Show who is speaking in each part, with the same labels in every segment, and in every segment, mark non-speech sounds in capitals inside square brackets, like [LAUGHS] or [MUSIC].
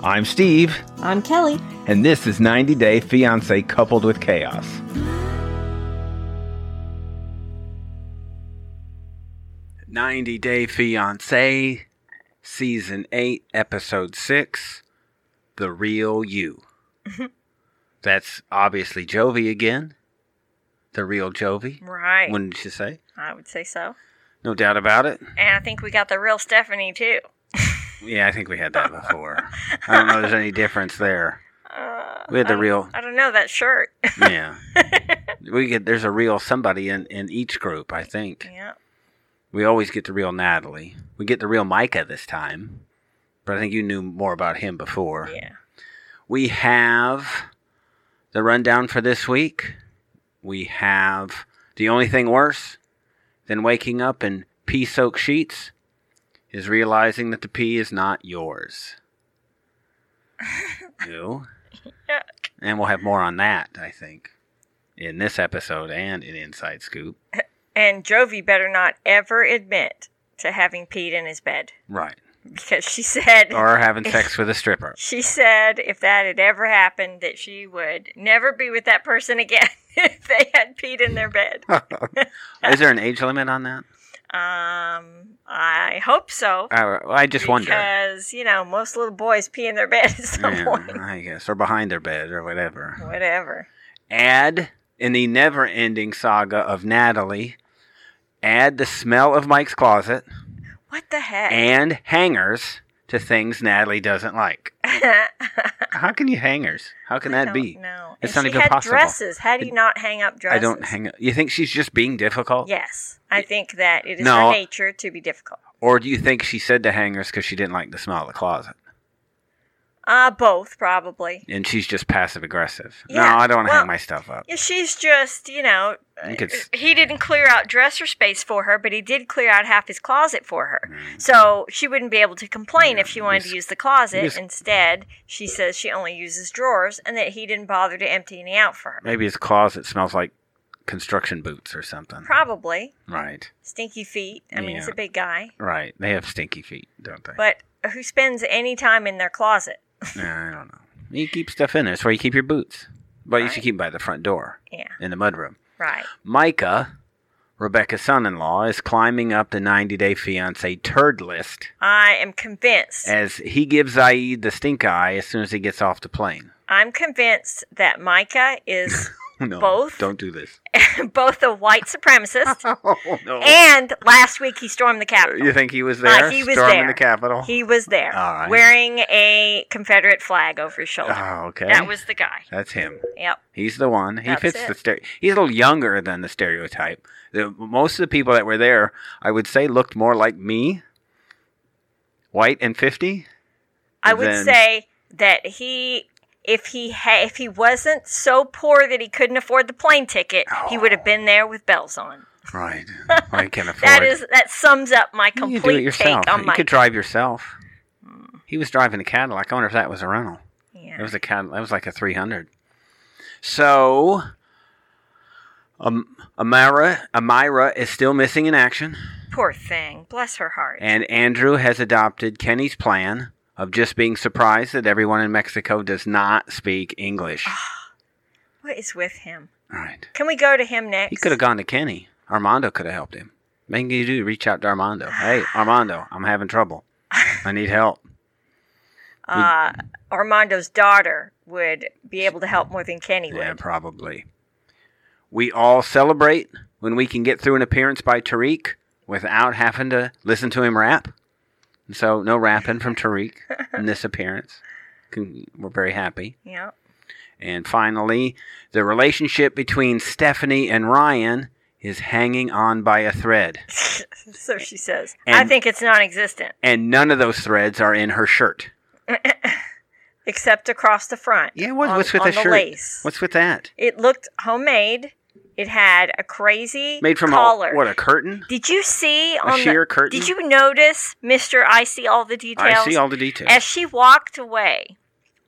Speaker 1: I'm Steve,
Speaker 2: I'm Kelly.
Speaker 1: and this is 90 Day Fiancé Coupled with Chaos. Ninety Day Fiancé, Season Eight, Episode Six, The Real You. That's obviously Jovi again. The real Jovi.
Speaker 2: Right.
Speaker 1: Wouldn't you say?
Speaker 2: I would say so.
Speaker 1: No doubt about it.
Speaker 2: And I think we got the real Stephanie too.
Speaker 1: Yeah, I think we had that before. I don't know if there's any difference there.
Speaker 2: Uh,
Speaker 1: We had
Speaker 2: I
Speaker 1: the
Speaker 2: don't-
Speaker 1: real.
Speaker 2: I don't know that shirt. [LAUGHS]
Speaker 1: Yeah. we get there's a real somebody in in each group, I think.
Speaker 2: yeah.
Speaker 1: We always get the real Natalie. We get the real Micah this time. But I think you knew more about him before.
Speaker 2: Yeah.
Speaker 1: We have the rundown for this week. We have the only thing worse than waking up in pea soaked sheets is realizing that the pea is not
Speaker 2: [LAUGHS]
Speaker 1: yours. Ew.
Speaker 2: Yuck.
Speaker 1: And we'll have more on that, I think, in this episode and in Inside Scoop.
Speaker 2: And Jovi better not ever admit to having peed in his bed
Speaker 1: Right.
Speaker 2: because she said
Speaker 1: Or having sex with a
Speaker 2: [LAUGHS]
Speaker 1: stripper.
Speaker 2: she said if that had ever happened that she would never be with that person again [LAUGHS] if they had peed in their bed.
Speaker 1: Is there an age limit on that?
Speaker 2: Um, I hope so.
Speaker 1: I, I just
Speaker 2: [LAUGHS]
Speaker 1: wonder.
Speaker 2: Because, you know, most little boys pee in their bed at some
Speaker 1: Yeah,
Speaker 2: point.
Speaker 1: I guess. Or behind their bed or whatever.
Speaker 2: Whatever.
Speaker 1: Add, in the never ending saga of Natalie, add the smell of Mike's closet
Speaker 2: What the heck?
Speaker 1: and hangers to things Natalie doesn't like.
Speaker 2: [LAUGHS]
Speaker 1: How can you hangers? How can that be?
Speaker 2: No,
Speaker 1: It's
Speaker 2: and
Speaker 1: not
Speaker 2: she
Speaker 1: even
Speaker 2: had
Speaker 1: possible.
Speaker 2: Dresses. How do you not hang up dresses?
Speaker 1: I don't hang. You think she's just being difficult?
Speaker 2: Yes, I think that it is
Speaker 1: No.
Speaker 2: her nature to be difficult.
Speaker 1: Or do you think she said the hangers because she didn't like the smell of the closet?
Speaker 2: Uh both probably.
Speaker 1: And she's just passive aggressive.
Speaker 2: Yeah,
Speaker 1: No, I don't want to
Speaker 2: well-
Speaker 1: hang my stuff up.
Speaker 2: Yeah, she's just you know.
Speaker 1: I think it's.
Speaker 2: He didn't clear out dresser space for her, but he did clear out half his closet for her. So she wouldn't be able to complain if she wanted
Speaker 1: just-
Speaker 2: to use the closet.
Speaker 1: just-
Speaker 2: Instead, she says she only uses drawers and that he didn't bother to empty any out for her.
Speaker 1: Maybe his closet smells like construction boots or something.
Speaker 2: Probably.
Speaker 1: Right,
Speaker 2: Stinky feet. I mean, he's
Speaker 1: Yeah.
Speaker 2: a big guy.
Speaker 1: right. They have stinky feet, don't they?
Speaker 2: But who spends any time in their closet?
Speaker 1: Nah, I don't know. You keep stuff in there. It's where you keep your boots. Well, you should
Speaker 2: Right.
Speaker 1: keep them by the front door
Speaker 2: Yeah,
Speaker 1: in the mudroom.
Speaker 2: right.
Speaker 1: Micah, Rebecca's son in law, is climbing up the 90 day fiance turd list
Speaker 2: I am convinced.
Speaker 1: as he gives Zaid the stink eye as soon as he gets off the plane.
Speaker 2: I'm convinced that Micah is [LAUGHS]
Speaker 1: Oh, No,
Speaker 2: Both?
Speaker 1: Don't do this.
Speaker 2: both a white supremacist
Speaker 1: [LAUGHS] Oh, no.
Speaker 2: and last week he stormed the Capitol.
Speaker 1: You think he was
Speaker 2: Uh,
Speaker 1: there?
Speaker 2: he was
Speaker 1: storming
Speaker 2: there.
Speaker 1: the Capitol?
Speaker 2: He was there
Speaker 1: All right.
Speaker 2: wearing a Confederate flag over his shoulder.
Speaker 1: oh, okay.
Speaker 2: That was the guy.
Speaker 1: That's him.
Speaker 2: Yep.
Speaker 1: He's the one. He
Speaker 2: That's
Speaker 1: fits
Speaker 2: it.
Speaker 1: the stereo. He's a little younger than the stereotype. The, most of the people that were there, I would say, looked more like me, white and fifty.
Speaker 2: I would
Speaker 1: Then-
Speaker 2: say that he if he ha- if he wasn't so poor that he couldn't afford the plane ticket, he would
Speaker 1: Oh.
Speaker 2: have been there with bells on.
Speaker 1: Right. I
Speaker 2: [LAUGHS]
Speaker 1: can afford.
Speaker 2: That is that sums up my
Speaker 1: You
Speaker 2: complete
Speaker 1: could do it yourself.
Speaker 2: take on Hmm.
Speaker 1: you
Speaker 2: Micah.
Speaker 1: could drive yourself. He was driving a Cadillac. I wonder if that was a rental.
Speaker 2: yeah.
Speaker 1: It was a Cadillac. That was like a three hundred. So, um, Amira, Amira is still missing in action.
Speaker 2: Poor thing. Bless her heart.
Speaker 1: And Andrew has adopted Kenny's plan of just being surprised that everyone in Mexico does not speak English.
Speaker 2: what is with him?
Speaker 1: All right.
Speaker 2: Can we go to him next?
Speaker 1: He could have gone to Kenny. Armando could have helped him. Maybe you do reach out to Armando. Hey, Armando, I'm having trouble. I need help.
Speaker 2: Uh, Armando's daughter would be able to help more than Kenny would.
Speaker 1: Yeah, probably. We all celebrate when we can get through an appearance by Tariq without having to listen to him rap. And So, no rapping from Tariq in this appearance. Can- We're very happy.
Speaker 2: Yeah.
Speaker 1: And finally, the relationship between Stephanie and Ryan is hanging on by a thread.
Speaker 2: so she says. I
Speaker 1: And-
Speaker 2: think it's non-existent,
Speaker 1: And none of those threads are in her shirt.
Speaker 2: except across the front.
Speaker 1: Yeah, what,
Speaker 2: on-
Speaker 1: what's with
Speaker 2: on
Speaker 1: that
Speaker 2: the
Speaker 1: shirt?
Speaker 2: lace.
Speaker 1: What's with that?
Speaker 2: It looked homemade. It had a crazy
Speaker 1: Made from
Speaker 2: collar.
Speaker 1: a what a curtain?
Speaker 2: Did you see on
Speaker 1: sheer
Speaker 2: the,
Speaker 1: curtain?
Speaker 2: Did you notice, Mister? I see all the details.
Speaker 1: I see all the details.
Speaker 2: As she walked away,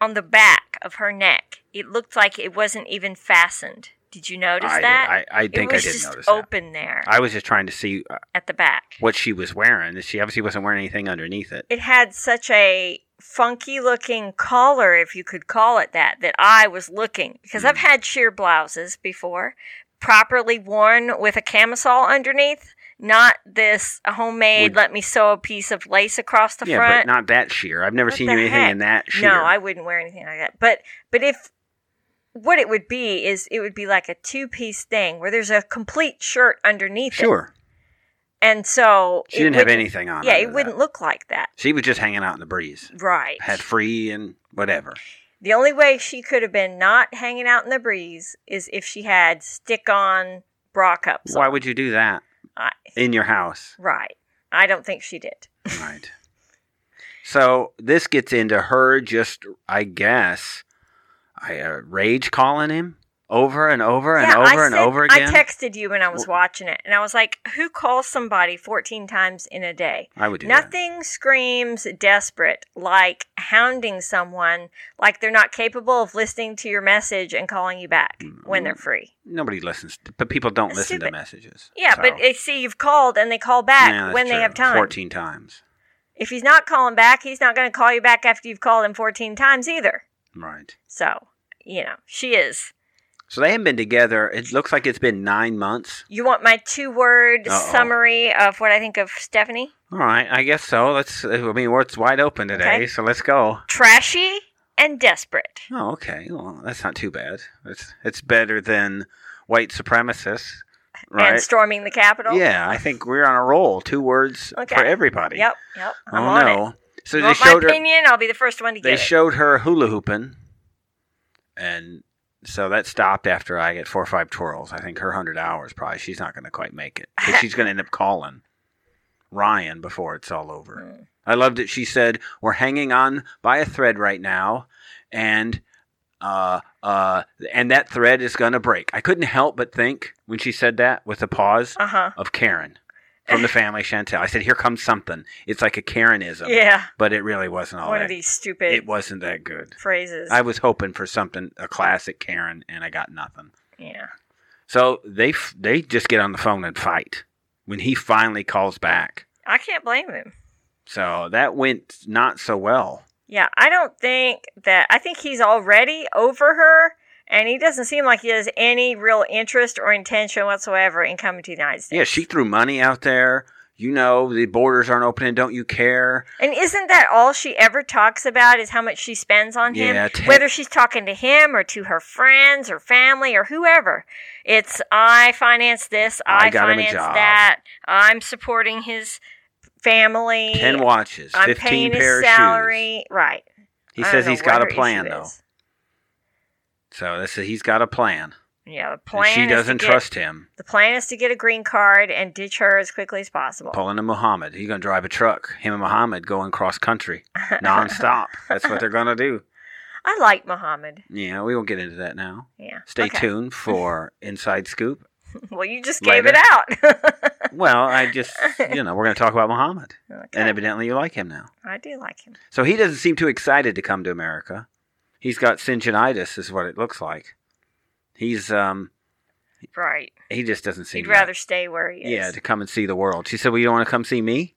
Speaker 2: on the back of her neck, it looked like it wasn't even fastened. Did you notice
Speaker 1: I,
Speaker 2: that?
Speaker 1: I, I think
Speaker 2: it
Speaker 1: I
Speaker 2: was
Speaker 1: did
Speaker 2: just
Speaker 1: notice that.
Speaker 2: open there
Speaker 1: I was just trying to see uh,
Speaker 2: at the back.
Speaker 1: what she was wearing. She obviously wasn't wearing anything underneath it.
Speaker 2: It had such a funky looking collar, if you could call it that, that I was looking because
Speaker 1: Hmm.
Speaker 2: I've had sheer blouses before, properly worn with a camisole underneath, not this homemade.
Speaker 1: Would-
Speaker 2: let me sew a piece of lace across the
Speaker 1: yeah,
Speaker 2: front.
Speaker 1: but not that sheer. I've never
Speaker 2: What
Speaker 1: seen
Speaker 2: the
Speaker 1: you anything
Speaker 2: heck?
Speaker 1: in that sheer.
Speaker 2: No, I wouldn't wear anything like that. But but if what it would be is it would be like a two piece thing where there's a complete shirt underneath. it.
Speaker 1: sure.
Speaker 2: And so
Speaker 1: She
Speaker 2: it
Speaker 1: didn't have
Speaker 2: wouldn't-
Speaker 1: anything on.
Speaker 2: Yeah,
Speaker 1: under
Speaker 2: it
Speaker 1: that.
Speaker 2: wouldn't look like that.
Speaker 1: She was just hanging out in the breeze,
Speaker 2: Right.
Speaker 1: had free and whatever.
Speaker 2: The only way she could have been not hanging out in the breeze is if she had stick on bra cups.
Speaker 1: Why would you do that
Speaker 2: I,
Speaker 1: in your house?
Speaker 2: right. I don't think she did.
Speaker 1: Right. So this gets into her just, I guess, I uh, rage calling him over and over and
Speaker 2: yeah,
Speaker 1: over
Speaker 2: I
Speaker 1: and
Speaker 2: sent-
Speaker 1: over again.
Speaker 2: I texted you when I was watching it, and I was like, "Who calls somebody 14 times in a day?"
Speaker 1: I would do that.
Speaker 2: Nothing screams desperate like hounding someone like they're not capable of listening to your message and calling you back when
Speaker 1: Mm-hmm.
Speaker 2: they're free.
Speaker 1: Nobody listens, to, but people don't
Speaker 2: That's
Speaker 1: listen to
Speaker 2: stupid.
Speaker 1: messages.
Speaker 2: Yeah,
Speaker 1: So,
Speaker 2: but they see you've called and they call back
Speaker 1: yeah, that's
Speaker 2: when
Speaker 1: true.
Speaker 2: they have time.
Speaker 1: Fourteen times,
Speaker 2: If he's not calling back, he's not going to call you back after you've called him 14 times either.
Speaker 1: right?
Speaker 2: So, you know, she is.
Speaker 1: So they haven't been together. It looks like it's been nine months.
Speaker 2: You want my two word
Speaker 1: Uh-oh.
Speaker 2: summary of what I think of Stephanie?
Speaker 1: All right, I guess so. Let's. I mean, it's wide open today,
Speaker 2: Okay.
Speaker 1: so let's go.
Speaker 2: Trashy and desperate.
Speaker 1: Oh, okay. Well, that's not too bad. It's it's better than white supremacists, right?
Speaker 2: And storming the Capitol?
Speaker 1: Yeah, I think we're on a roll. Two words
Speaker 2: Okay.
Speaker 1: for everybody.
Speaker 2: Yep, yep. I'm
Speaker 1: oh,
Speaker 2: on
Speaker 1: no.
Speaker 2: it.
Speaker 1: So
Speaker 2: You
Speaker 1: they
Speaker 2: want my
Speaker 1: showed her.
Speaker 2: opinion? I'll be the first one to
Speaker 1: They
Speaker 2: give it.
Speaker 1: showed her hula hooping, and so that stopped after I get four or five twirls. I think her hundred hours probably. She's not going to quite make it. 'cause she's going to end up calling Ryan before it's all over.
Speaker 2: Mm.
Speaker 1: I loved it. She said, "We're hanging on by a thread right now, and uh, uh, and that thread is going to break." I couldn't help but think when she said that with a pause
Speaker 2: Uh-huh.
Speaker 1: of Karen from the family Chantel. I said, "Here comes something." It's like a Karenism,
Speaker 2: Yeah.
Speaker 1: but it really wasn't all
Speaker 2: One
Speaker 1: that.
Speaker 2: of these stupid
Speaker 1: It wasn't that good.
Speaker 2: phrases.
Speaker 1: I was hoping for something a classic Karen, and I got nothing.
Speaker 2: yeah.
Speaker 1: So they f- they just get on the phone and fight when he finally calls back.
Speaker 2: I can't blame him.
Speaker 1: So that went not so well.
Speaker 2: Yeah, I don't think that. I think he's already over her, and he doesn't seem like he has any real interest or intention whatsoever in coming to the United States.
Speaker 1: Yeah, she threw money out there. You know, the borders aren't opening. Don't you care?
Speaker 2: And isn't that all she ever talks about is how much she spends on him?
Speaker 1: Yeah, te-
Speaker 2: Whether she's talking to him or to her friends or family or whoever. It's I finance this,
Speaker 1: I
Speaker 2: I,
Speaker 1: got him a
Speaker 2: finance
Speaker 1: job."
Speaker 2: that, I'm supporting his family.
Speaker 1: Ten watches,
Speaker 2: I'm
Speaker 1: fifteen
Speaker 2: paying
Speaker 1: pair
Speaker 2: his
Speaker 1: of shoes.
Speaker 2: salary. Right.
Speaker 1: He
Speaker 2: I don't
Speaker 1: says
Speaker 2: know
Speaker 1: he's
Speaker 2: what
Speaker 1: got a
Speaker 2: her issue
Speaker 1: plan though.
Speaker 2: is.
Speaker 1: So that's he's got a plan.
Speaker 2: Yeah, the
Speaker 1: And
Speaker 2: plan
Speaker 1: she
Speaker 2: is to
Speaker 1: doesn't
Speaker 2: get-
Speaker 1: trust him.
Speaker 2: The plan is to get a green card and ditch her as quickly as possible.
Speaker 1: Pulling to Muhammad. He's gonna drive a truck. Him and Muhammad going cross
Speaker 2: [LAUGHS]
Speaker 1: country nonstop. that's what they're gonna do.
Speaker 2: I like Muhammad.
Speaker 1: Yeah, we won't get into that now.
Speaker 2: Yeah. [LAUGHS]
Speaker 1: Stay
Speaker 2: Okay.
Speaker 1: tuned for Inside Scoop.
Speaker 2: Well, you just gave
Speaker 1: Later.
Speaker 2: it out. [LAUGHS]
Speaker 1: Well, I just, you know, we're going to talk about Muhammad.
Speaker 2: Okay.
Speaker 1: And evidently you like him now.
Speaker 2: I do like him.
Speaker 1: So he doesn't seem too excited to come to America. He's got syngenitis, is what it looks like. He's, um,
Speaker 2: Right.
Speaker 1: he just doesn't seem
Speaker 2: He'd rather stay where he
Speaker 1: that-
Speaker 2: is.
Speaker 1: yeah, to come and see the world. She said, Well, you don't want to come see me?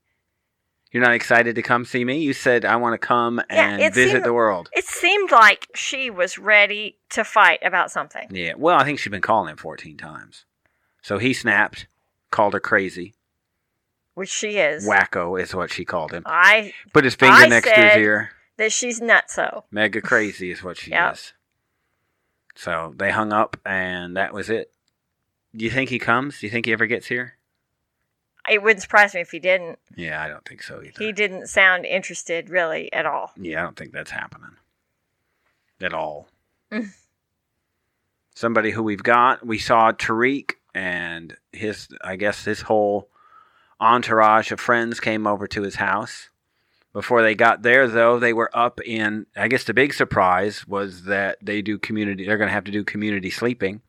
Speaker 1: You're not excited to come see me? You said, I want to come
Speaker 2: Yeah,
Speaker 1: and
Speaker 2: it
Speaker 1: visit
Speaker 2: seemed-
Speaker 1: the world.
Speaker 2: It seemed like she was ready to fight about something.
Speaker 1: Yeah. Well, I think she'd been calling him 14 times. So he snapped, called her crazy.
Speaker 2: Which she is.
Speaker 1: Wacko is what she called him.
Speaker 2: I
Speaker 1: Put his finger
Speaker 2: I
Speaker 1: next to his
Speaker 2: said-
Speaker 1: ear.
Speaker 2: that she's nutso.
Speaker 1: Mega crazy is what she
Speaker 2: Yep.
Speaker 1: is. So they hung up, and that was it. Do you think he comes? Do you think he ever gets here?
Speaker 2: It wouldn't surprise me if he didn't.
Speaker 1: Yeah, I don't think so either.
Speaker 2: He didn't sound interested really at all.
Speaker 1: yeah, I don't think that's happening at all.
Speaker 2: Mm.
Speaker 1: Somebody who we've got, we saw Tariq and his, I guess, his whole entourage of friends came over to his house. Before they got there, though, they were up in. I guess the big surprise was that they do community. They're going to have to do community sleeping.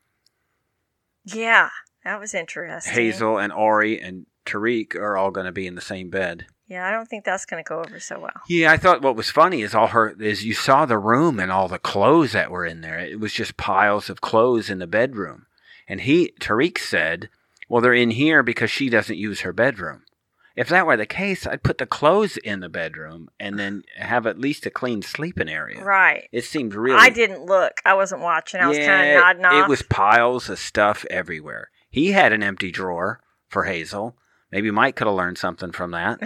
Speaker 2: Yeah, that was interesting.
Speaker 1: Hazel and Ori and Tariq are all going to be in the same bed.
Speaker 2: Yeah, I don't think that's going to go over so well.
Speaker 1: Yeah, I thought what was funny is all her is you saw the room and all the clothes that were in there. It was just piles of clothes in the bedroom. And he Tariq said, "Well, they're in here because she doesn't use her bedroom." If that were the case, I'd put the clothes in the bedroom and then have at least a clean sleeping area.
Speaker 2: Right.
Speaker 1: It seemed really.
Speaker 2: I didn't look. I wasn't watching. I was kind
Speaker 1: Yeah,
Speaker 2: of nodding off.
Speaker 1: It was piles of stuff everywhere. He had an empty drawer for Hazel. Maybe Mike could have learned something from that.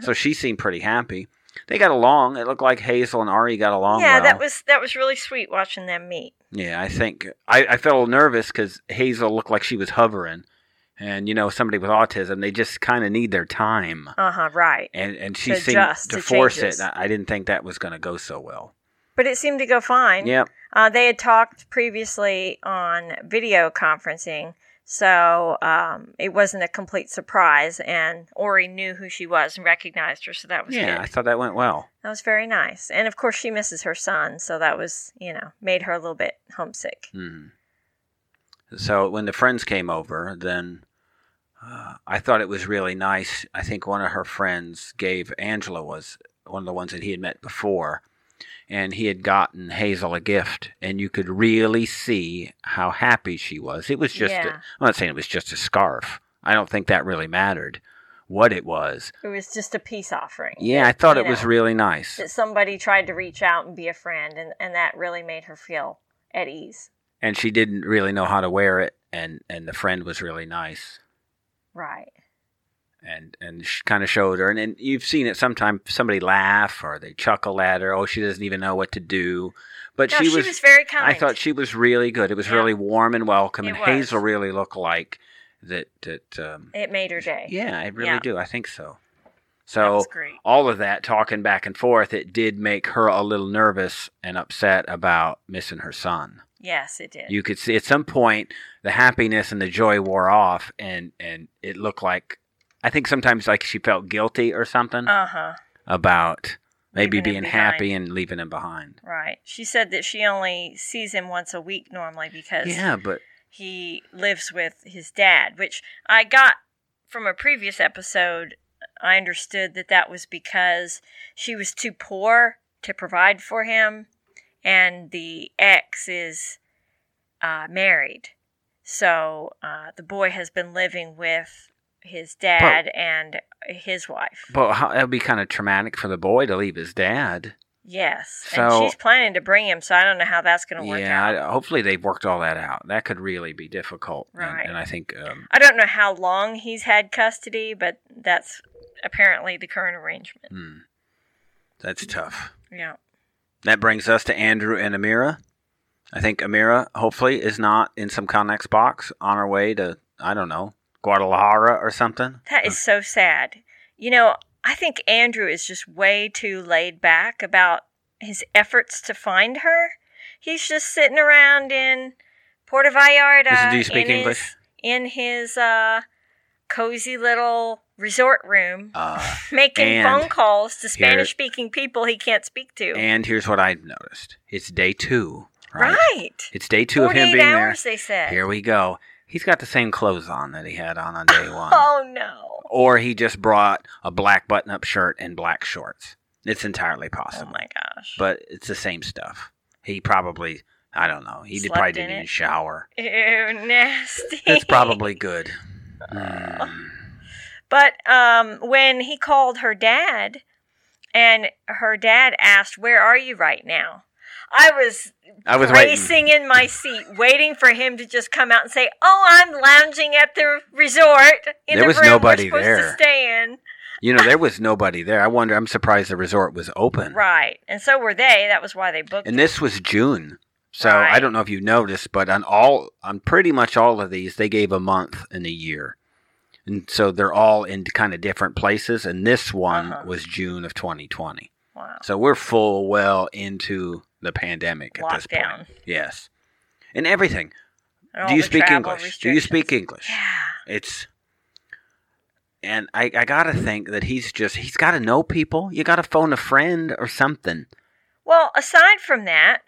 Speaker 2: [LAUGHS]
Speaker 1: so she seemed pretty happy. They got along. It looked like Hazel and Ari got along.
Speaker 2: yeah,
Speaker 1: well.
Speaker 2: that was that was really sweet watching them meet.
Speaker 1: Yeah, I think I, I felt a little nervous because Hazel looked like she was hovering, and you know somebody with autism they just kind of need their time,
Speaker 2: Uh huh. Right.
Speaker 1: and and she
Speaker 2: To
Speaker 1: seemed
Speaker 2: adjust
Speaker 1: to
Speaker 2: to
Speaker 1: force
Speaker 2: changes.
Speaker 1: it. and I I didn't think that was going to go so well.
Speaker 2: But it seemed to go fine.
Speaker 1: Yep.
Speaker 2: Uh, they had talked previously on video conferencing, so um, it wasn't a complete surprise. And Ori knew who she was and recognized her, so that was
Speaker 1: Yeah, I
Speaker 2: good.
Speaker 1: thought that went well.
Speaker 2: That was very nice. And of course, she misses her son, so that was you know made her a little bit homesick.
Speaker 1: Mhm. So when the friends came over, then uh, I thought it was really nice. I think one of her friends gave Angela was one of the ones that he had met before, and he had gotten Hazel a gift, and you could really see how happy she was. It was just i
Speaker 2: Yeah.
Speaker 1: I'm not saying it was just a scarf. I don't think that really mattered what it was.
Speaker 2: It was just a peace offering.
Speaker 1: Yeah, I thought
Speaker 2: You
Speaker 1: it was
Speaker 2: know.
Speaker 1: really nice.
Speaker 2: that somebody tried to reach out and be a friend and, and that really made her feel at ease
Speaker 1: And she didn't really know how to wear it and and the friend was really nice.
Speaker 2: right
Speaker 1: and and kind of showed her. And, and you've seen it sometimes somebody laugh or they chuckle at her. Oh, she doesn't even know what to do. But
Speaker 2: no,
Speaker 1: she, was,
Speaker 2: very kind
Speaker 1: I thought she was really good. It was
Speaker 2: Yeah.
Speaker 1: really warm and welcome.
Speaker 2: It
Speaker 1: and
Speaker 2: was.
Speaker 1: Hazel really looked like that. That um,
Speaker 2: it made her day
Speaker 1: yeah, I really
Speaker 2: Yeah.
Speaker 1: do. I think so.
Speaker 2: that
Speaker 1: So
Speaker 2: was great
Speaker 1: all of that talking back and forth, it did make her a little nervous and upset about missing her son.
Speaker 2: yes it did
Speaker 1: You could see at some point the happiness and the joy wore off, and and it looked like I think sometimes like she felt guilty or something
Speaker 2: uh-huh
Speaker 1: about maybe
Speaker 2: Leaving him
Speaker 1: being happy and leaving him behind.
Speaker 2: right she said that she only sees him once a week normally because
Speaker 1: Yeah, but
Speaker 2: he lives with his dad which i got from a previous episode i understood that that was because she was too poor to provide for him and the ex is uh, married so uh, the boy has been living with his dad and his wife
Speaker 1: but how, that'd be kind of traumatic for the boy to leave his dad.
Speaker 2: yes
Speaker 1: So-
Speaker 2: and she's planning to bring him so i don't know how that's going to work
Speaker 1: Yeah,
Speaker 2: out
Speaker 1: I- hopefully they've worked all that out. That could really be difficult, and-
Speaker 2: Right.
Speaker 1: and, I think um,
Speaker 2: I don't know how long he's had custody, but that's apparently the current arrangement.
Speaker 1: hmm, that's tough.
Speaker 2: Yeah.
Speaker 1: That brings us to Andrew and Amira. I think Amira, hopefully, is not in some Connex box on her way to, I don't know, Guadalajara or something.
Speaker 2: That is so sad. You know, I think Andrew is just way too laid back about his efforts to find her. He's just sitting around in Puerto Vallarta.
Speaker 1: Listen, do you speak
Speaker 2: in his-
Speaker 1: English?
Speaker 2: in his uh, cozy little resort room,
Speaker 1: Uh,
Speaker 2: making
Speaker 1: and
Speaker 2: phone calls to
Speaker 1: here-
Speaker 2: Spanish-speaking people he can't speak to.
Speaker 1: and here's what I've noticed it's day two, right?
Speaker 2: right.
Speaker 1: It's day two of him
Speaker 2: 48
Speaker 1: being
Speaker 2: hours, they said.
Speaker 1: there. Here we go. He's got the same clothes on that he had on on
Speaker 2: [LAUGHS]
Speaker 1: day one.
Speaker 2: Oh no.
Speaker 1: Or he just brought a black button up shirt and black shorts. It's entirely
Speaker 2: Oh
Speaker 1: possible.
Speaker 2: my gosh.
Speaker 1: But it's the same stuff. He probably, I don't know, he did,
Speaker 2: Slept
Speaker 1: probably
Speaker 2: in
Speaker 1: didn't even
Speaker 2: it.
Speaker 1: shower.
Speaker 2: Ew, nasty. [LAUGHS]
Speaker 1: That's probably good. Mm.
Speaker 2: But um, when he called her dad, and her dad asked, "Where are you right now?" I was,
Speaker 1: I was waiting.
Speaker 2: racing in my seat, waiting for him to just come out and say, "Oh, I'm lounging at the resort in
Speaker 1: There
Speaker 2: the
Speaker 1: was
Speaker 2: room
Speaker 1: nobody
Speaker 2: we're supposed
Speaker 1: there.
Speaker 2: to stay in."
Speaker 1: You know, there was nobody there. I wonder. I'm surprised the resort was open.
Speaker 2: Right, and so were they. That was why they booked.
Speaker 1: And
Speaker 2: it.
Speaker 1: this was June, so I
Speaker 2: Right.
Speaker 1: don't know if you noticed, but on all, on pretty much all of these, they gave a month and a year, and so they're all in kind of different places. And this one
Speaker 2: Uh-huh.
Speaker 1: was June of 2020.
Speaker 2: wow,
Speaker 1: So we're full well into the pandemic at this point.
Speaker 2: lockdown.
Speaker 1: Yes, and everything.
Speaker 2: and all
Speaker 1: Do you
Speaker 2: the
Speaker 1: speak
Speaker 2: travel
Speaker 1: English? Do you speak English?
Speaker 2: Yeah.
Speaker 1: It's and I, I gotta think that he's just he's gotta know people. You gotta phone a friend or something.
Speaker 2: Well, aside from that,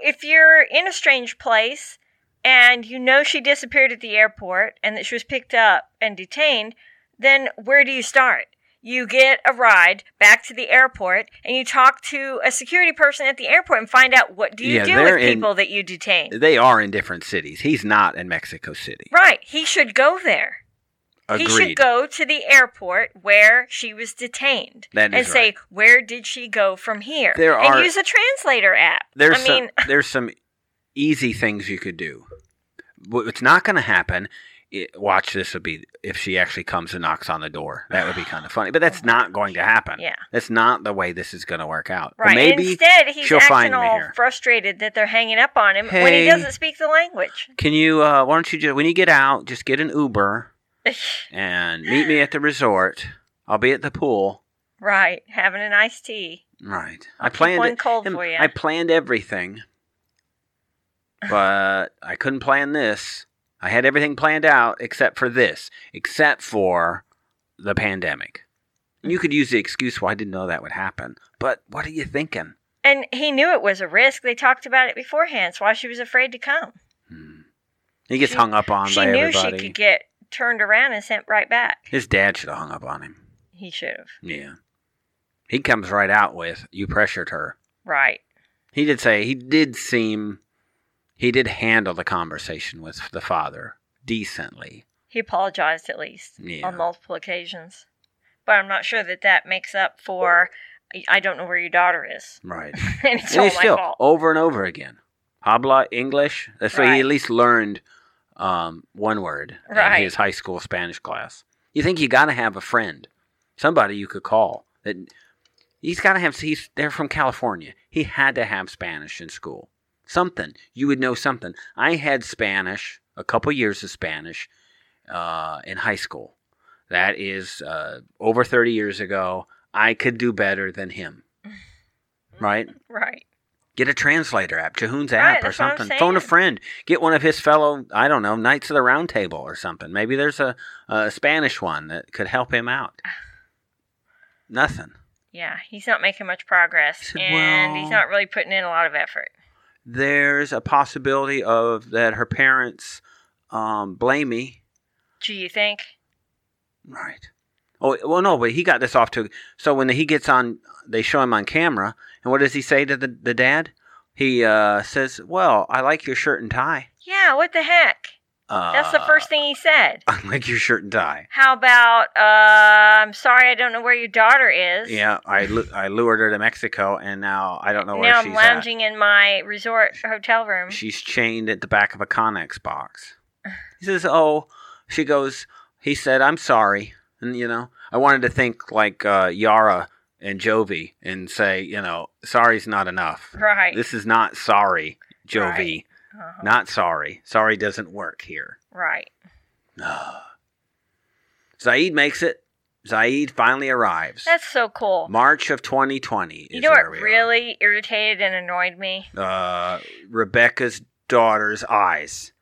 Speaker 2: if you're in a strange place and you know she disappeared at the airport and that she was picked up and detained, then where do you start? You get a ride back to the airport and you talk to a security person at the airport and find out what do you
Speaker 1: Yeah,
Speaker 2: do
Speaker 1: they're
Speaker 2: with
Speaker 1: in- Uh,
Speaker 2: people that you detain.
Speaker 1: They are in different cities. He's not in Mexico City.
Speaker 2: Right, he should go there. He should
Speaker 1: Agreed.
Speaker 2: go to the airport where she was detained
Speaker 1: That
Speaker 2: and
Speaker 1: is
Speaker 2: say, "Where did she go from here?"
Speaker 1: There
Speaker 2: and
Speaker 1: are-
Speaker 2: use a translator app.
Speaker 1: There's
Speaker 2: I
Speaker 1: some,
Speaker 2: mean, [LAUGHS]
Speaker 1: there's some easy things you could do. What's not going to happen? It, watch this would be if she actually comes and knocks on the door. That
Speaker 2: [SIGHS]
Speaker 1: would be kind of funny, but that's not going to happen.
Speaker 2: Yeah.
Speaker 1: that's not the way this is going to work out. But
Speaker 2: right?
Speaker 1: Maybe
Speaker 2: Instead, he's
Speaker 1: she'll find
Speaker 2: acting
Speaker 1: me
Speaker 2: all
Speaker 1: here.
Speaker 2: frustrated that they're hanging up on him when he
Speaker 1: Hey.
Speaker 2: doesn't speak the language. [LAUGHS]
Speaker 1: can you? Uh, why don't you just when you get out, just get an Uber and meet me at the resort. I'll be at the pool.
Speaker 2: right, having an iced tea.
Speaker 1: Right.
Speaker 2: I'll
Speaker 1: I
Speaker 2: keep
Speaker 1: planned
Speaker 2: one
Speaker 1: it-
Speaker 2: cold
Speaker 1: and
Speaker 2: for ya.
Speaker 1: I planned everything. But I couldn't plan this. I had everything planned out except for this, except for the pandemic. You could use the excuse, well, I didn't know that would happen. But what are you thinking?
Speaker 2: And he knew it was a risk. They talked about it beforehand. It's why she was afraid to come.
Speaker 1: Hmm. He gets
Speaker 2: She-
Speaker 1: hung up on
Speaker 2: she
Speaker 1: by
Speaker 2: knew
Speaker 1: everybody.
Speaker 2: she could get turned around and sent right back.
Speaker 1: His dad should have hung up on him.
Speaker 2: He should have.
Speaker 1: Yeah. He comes right out with, you pressured her.
Speaker 2: Right.
Speaker 1: He did say he did seem he did handle the conversation with the father decently.
Speaker 2: He apologized at least
Speaker 1: Yeah.
Speaker 2: on multiple occasions. But I'm not sure that that makes up for "I- I don't know where your daughter is. [LAUGHS]
Speaker 1: Right.
Speaker 2: and it's
Speaker 1: and
Speaker 2: all
Speaker 1: he's
Speaker 2: my
Speaker 1: still
Speaker 2: fault.
Speaker 1: over and over again. Habla English. That's so
Speaker 2: Right.
Speaker 1: he at least learned um, one word
Speaker 2: Right.
Speaker 1: in his high school Spanish class. You think you got to have a friend, somebody you could call. That he's got to have. He's they're from California. He had to have Spanish in school. Something you would know something. I had Spanish a couple years of Spanish uh, in high school. That is uh, over thirty years ago. I could do better than
Speaker 2: [LAUGHS]
Speaker 1: him. Right
Speaker 2: Right.
Speaker 1: get a translator app, Jahoon's
Speaker 2: Right,
Speaker 1: app or
Speaker 2: that's what I'm
Speaker 1: something. Phone a
Speaker 2: saying.
Speaker 1: friend. Get one of his fellow, I don't know, Knights of the Round Table or something. Maybe there's a, a Spanish one that could help him
Speaker 2: [SIGHS]
Speaker 1: out. Nothing.
Speaker 2: Yeah, he's not making much progress,
Speaker 1: Said,
Speaker 2: and
Speaker 1: [LAUGHS]
Speaker 2: he's
Speaker 1: "Well-"
Speaker 2: not really putting in a lot of effort.
Speaker 1: There's a possibility of that her parents um, blame me.
Speaker 2: Do you think?
Speaker 1: Right. Oh well, no, but he got this off to. So when he gets on, they show him on camera, and what does he say to the the dad? He uh, says, "Well, I like your shirt and tie."
Speaker 2: Yeah, what the heck?
Speaker 1: Uh,
Speaker 2: That's the first thing he said.
Speaker 1: [LAUGHS] I like your shirt and tie.
Speaker 2: How about, uh, I'm sorry, I don't know where your daughter is.
Speaker 1: Yeah, I, lu- I lured her to Mexico, and now I don't know where
Speaker 2: now
Speaker 1: she's
Speaker 2: I'm lounging in my resort hotel room.
Speaker 1: at. She's chained at the back of a Connex
Speaker 2: [SIGHS]
Speaker 1: box. He says, "Oh," she goes. He said, "I'm sorry," and you know, I wanted to think like uh, Yara and Jovi and say, you know, sorry's not enough.
Speaker 2: right.
Speaker 1: This is not sorry, Jovi.
Speaker 2: Right. Uh-huh.
Speaker 1: Not sorry. Sorry doesn't work here. [SIGHS]
Speaker 2: right.
Speaker 1: Zaid makes it. Zaid finally arrives.
Speaker 2: That's so cool.
Speaker 1: March of 2020.
Speaker 2: you
Speaker 1: is
Speaker 2: know what
Speaker 1: where we are.
Speaker 2: really irritated and annoyed me? [LAUGHS]
Speaker 1: uh, Rebecca's daughter's eyes.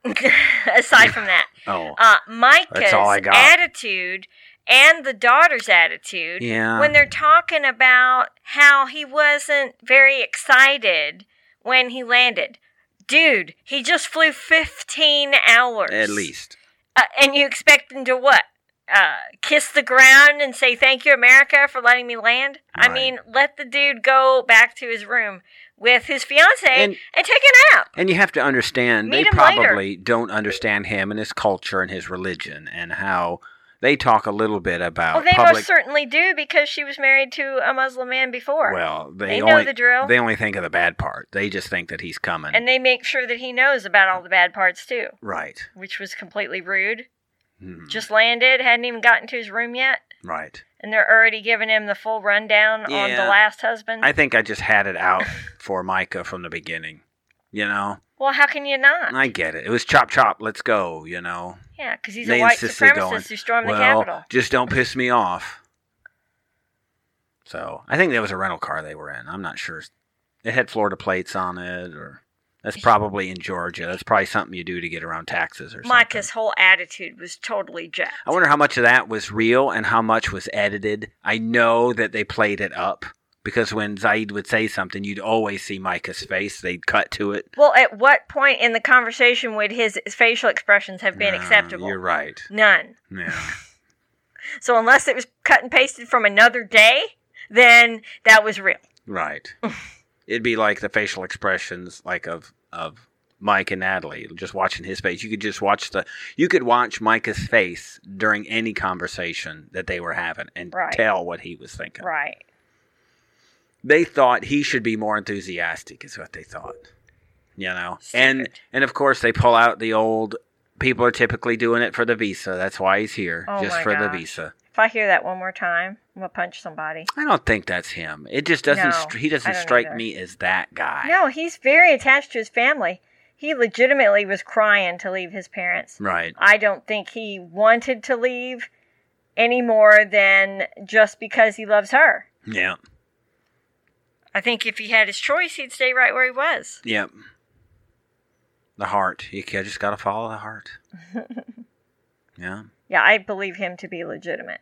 Speaker 2: Aside from that,
Speaker 1: Oh,
Speaker 2: uh, Micah's
Speaker 1: That's all I got.
Speaker 2: attitude and the daughter's attitude
Speaker 1: yeah.
Speaker 2: when they're talking about how he wasn't very excited when he landed. Dude, he just flew 15 hours.
Speaker 1: at least
Speaker 2: Uh, and you expect him to what? Uh, kiss the ground and say, Thank you, America, for letting me land? I
Speaker 1: Right.
Speaker 2: mean, let the dude go back to his room with his fiance and,
Speaker 1: And-
Speaker 2: take a nap.
Speaker 1: and you have to understand
Speaker 2: Meet
Speaker 1: they
Speaker 2: him later.
Speaker 1: probably don't understand him and his culture and his religion and how they talk a little bit about
Speaker 2: Well, they
Speaker 1: public
Speaker 2: most certainly do because she was married to a Muslim man before.
Speaker 1: well they,
Speaker 2: they know
Speaker 1: only
Speaker 2: the drill.
Speaker 1: they only think of the bad part they just think that he's coming
Speaker 2: and they make sure that he knows about all the bad parts too,
Speaker 1: right
Speaker 2: which was completely rude.
Speaker 1: Hmm,
Speaker 2: Just landed, hadn't even gotten to his room yet,
Speaker 1: right
Speaker 2: and they're already giving him the full rundown on the
Speaker 1: Yeah.
Speaker 2: last husband.
Speaker 1: I think I just had it out for Micah from the beginning you know
Speaker 2: well, how can you not?
Speaker 1: I get it it was chop chop let's go you know
Speaker 2: Yeah, because he's
Speaker 1: They
Speaker 2: a white
Speaker 1: insisted
Speaker 2: supremacist
Speaker 1: going,
Speaker 2: who stormed the
Speaker 1: well,
Speaker 2: Capitol.
Speaker 1: just don't piss me off. So I think that was a rental car they were in. I'm not sure. It had Florida plates on it, or that's probably in Georgia. That's probably something you do to get around taxes or something.
Speaker 2: Micah's whole attitude was totally jacked.
Speaker 1: I wonder how much of that was real and how much was edited. I know that they played it up because when Zaid would say something, you'd always see Micah's face. They'd cut to it.
Speaker 2: well, at what point in the conversation would his facial expressions have been
Speaker 1: No,
Speaker 2: acceptable?
Speaker 1: You're right.
Speaker 2: None.
Speaker 1: Yeah.
Speaker 2: So unless it was cut and pasted from another day, then that was real. [LAUGHS]
Speaker 1: Right. It'd be like the facial expressions, like of of Mike and Natalie, just watching his face. You could just watch the you could watch Micah's face during any conversation that they were having and
Speaker 2: Right.
Speaker 1: tell what he was thinking.
Speaker 2: Right.
Speaker 1: They thought he should be more enthusiastic is what they thought. You know. And
Speaker 2: Stupid.
Speaker 1: and of course they pull out the old people are typically doing it for the visa. That's why he's here,
Speaker 2: Oh
Speaker 1: just
Speaker 2: my
Speaker 1: for the
Speaker 2: gosh.
Speaker 1: visa.
Speaker 2: If I hear that one more time, I'm gonna punch somebody.
Speaker 1: I don't think that's him. It just doesn't
Speaker 2: No,
Speaker 1: str- he doesn't
Speaker 2: I don't
Speaker 1: strike
Speaker 2: either.
Speaker 1: me as that guy.
Speaker 2: No, he's very attached to his family. He legitimately was crying to leave his parents.
Speaker 1: Right.
Speaker 2: I don't think he wanted to leave any more than just because he loves her.
Speaker 1: Yeah.
Speaker 2: I think if he had his choice, he'd stay right where he was.
Speaker 1: Yep. The heart. You ca- just got to follow the
Speaker 2: [LAUGHS]
Speaker 1: heart. yeah.
Speaker 2: Yeah, I believe him to be legitimate.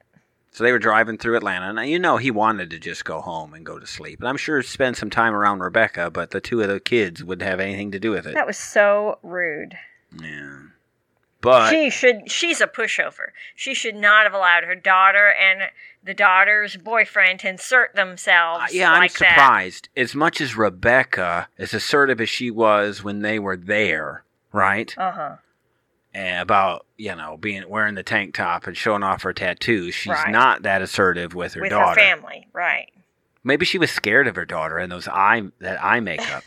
Speaker 1: So they were driving through Atlanta, and you know he wanted to just go home and go to sleep. And I'm sure spend some time around Rebecca, but the two of the kids wouldn't have anything to do with it.
Speaker 2: That was so rude.
Speaker 1: Yeah. But
Speaker 2: she should she's a pushover. She should not have allowed her daughter and the daughter's boyfriend to insert themselves
Speaker 1: Uh, yeah, I'm
Speaker 2: like that.
Speaker 1: surprised. As much as Rebecca, as assertive as she was when they were there, right?
Speaker 2: Uh-huh.
Speaker 1: and about you know being wearing the tank top and showing off her tattoos. She's
Speaker 2: Right.
Speaker 1: not that assertive with her
Speaker 2: With her
Speaker 1: daughter.
Speaker 2: family, right.
Speaker 1: Maybe she was scared of her daughter and those eye that eye
Speaker 2: [LAUGHS]
Speaker 1: makeup.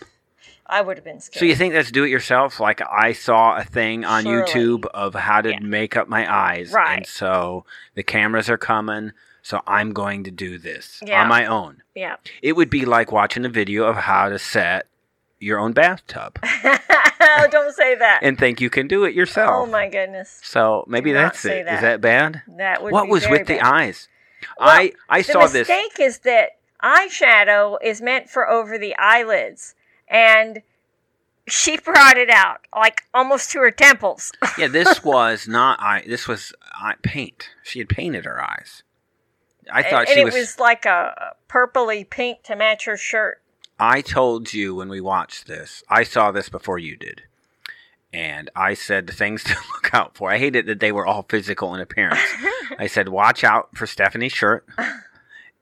Speaker 2: I would have been scared.
Speaker 1: so you think that's do it yourself? Like I saw a thing on
Speaker 2: Surely.
Speaker 1: YouTube of how to
Speaker 2: Yeah.
Speaker 1: make up my eyes,
Speaker 2: Right.
Speaker 1: and so the cameras are coming. So I'm going to do this
Speaker 2: Yeah.
Speaker 1: on my own.
Speaker 2: yeah.
Speaker 1: It would be like watching a video of how to set your own bathtub
Speaker 2: oh, [LAUGHS] don't say that.
Speaker 1: and think you can do it
Speaker 2: oh
Speaker 1: yourself.
Speaker 2: my goodness.
Speaker 1: so maybe
Speaker 2: not
Speaker 1: that's
Speaker 2: say
Speaker 1: it. Is
Speaker 2: that.
Speaker 1: that bad?
Speaker 2: That would
Speaker 1: what
Speaker 2: be
Speaker 1: was
Speaker 2: very
Speaker 1: with
Speaker 2: bad.
Speaker 1: the eyes?
Speaker 2: Well,
Speaker 1: I I
Speaker 2: The
Speaker 1: saw this.
Speaker 2: mistake is that eyeshadow is meant for over the eyelids and she brought it out like almost to her temples.
Speaker 1: Yeah, this was not eye. This was eye paint. She had painted her eyes. I
Speaker 2: and
Speaker 1: thought
Speaker 2: [LAUGHS] and
Speaker 1: she
Speaker 2: it
Speaker 1: was,
Speaker 2: was, like a purpley pink to match her shirt.
Speaker 1: I told you when we watched this. I saw this before you did, and I said the things [LAUGHS] to look out for. I hated that they were all physical in appearance. I said, watch out for Stephanie's shirt,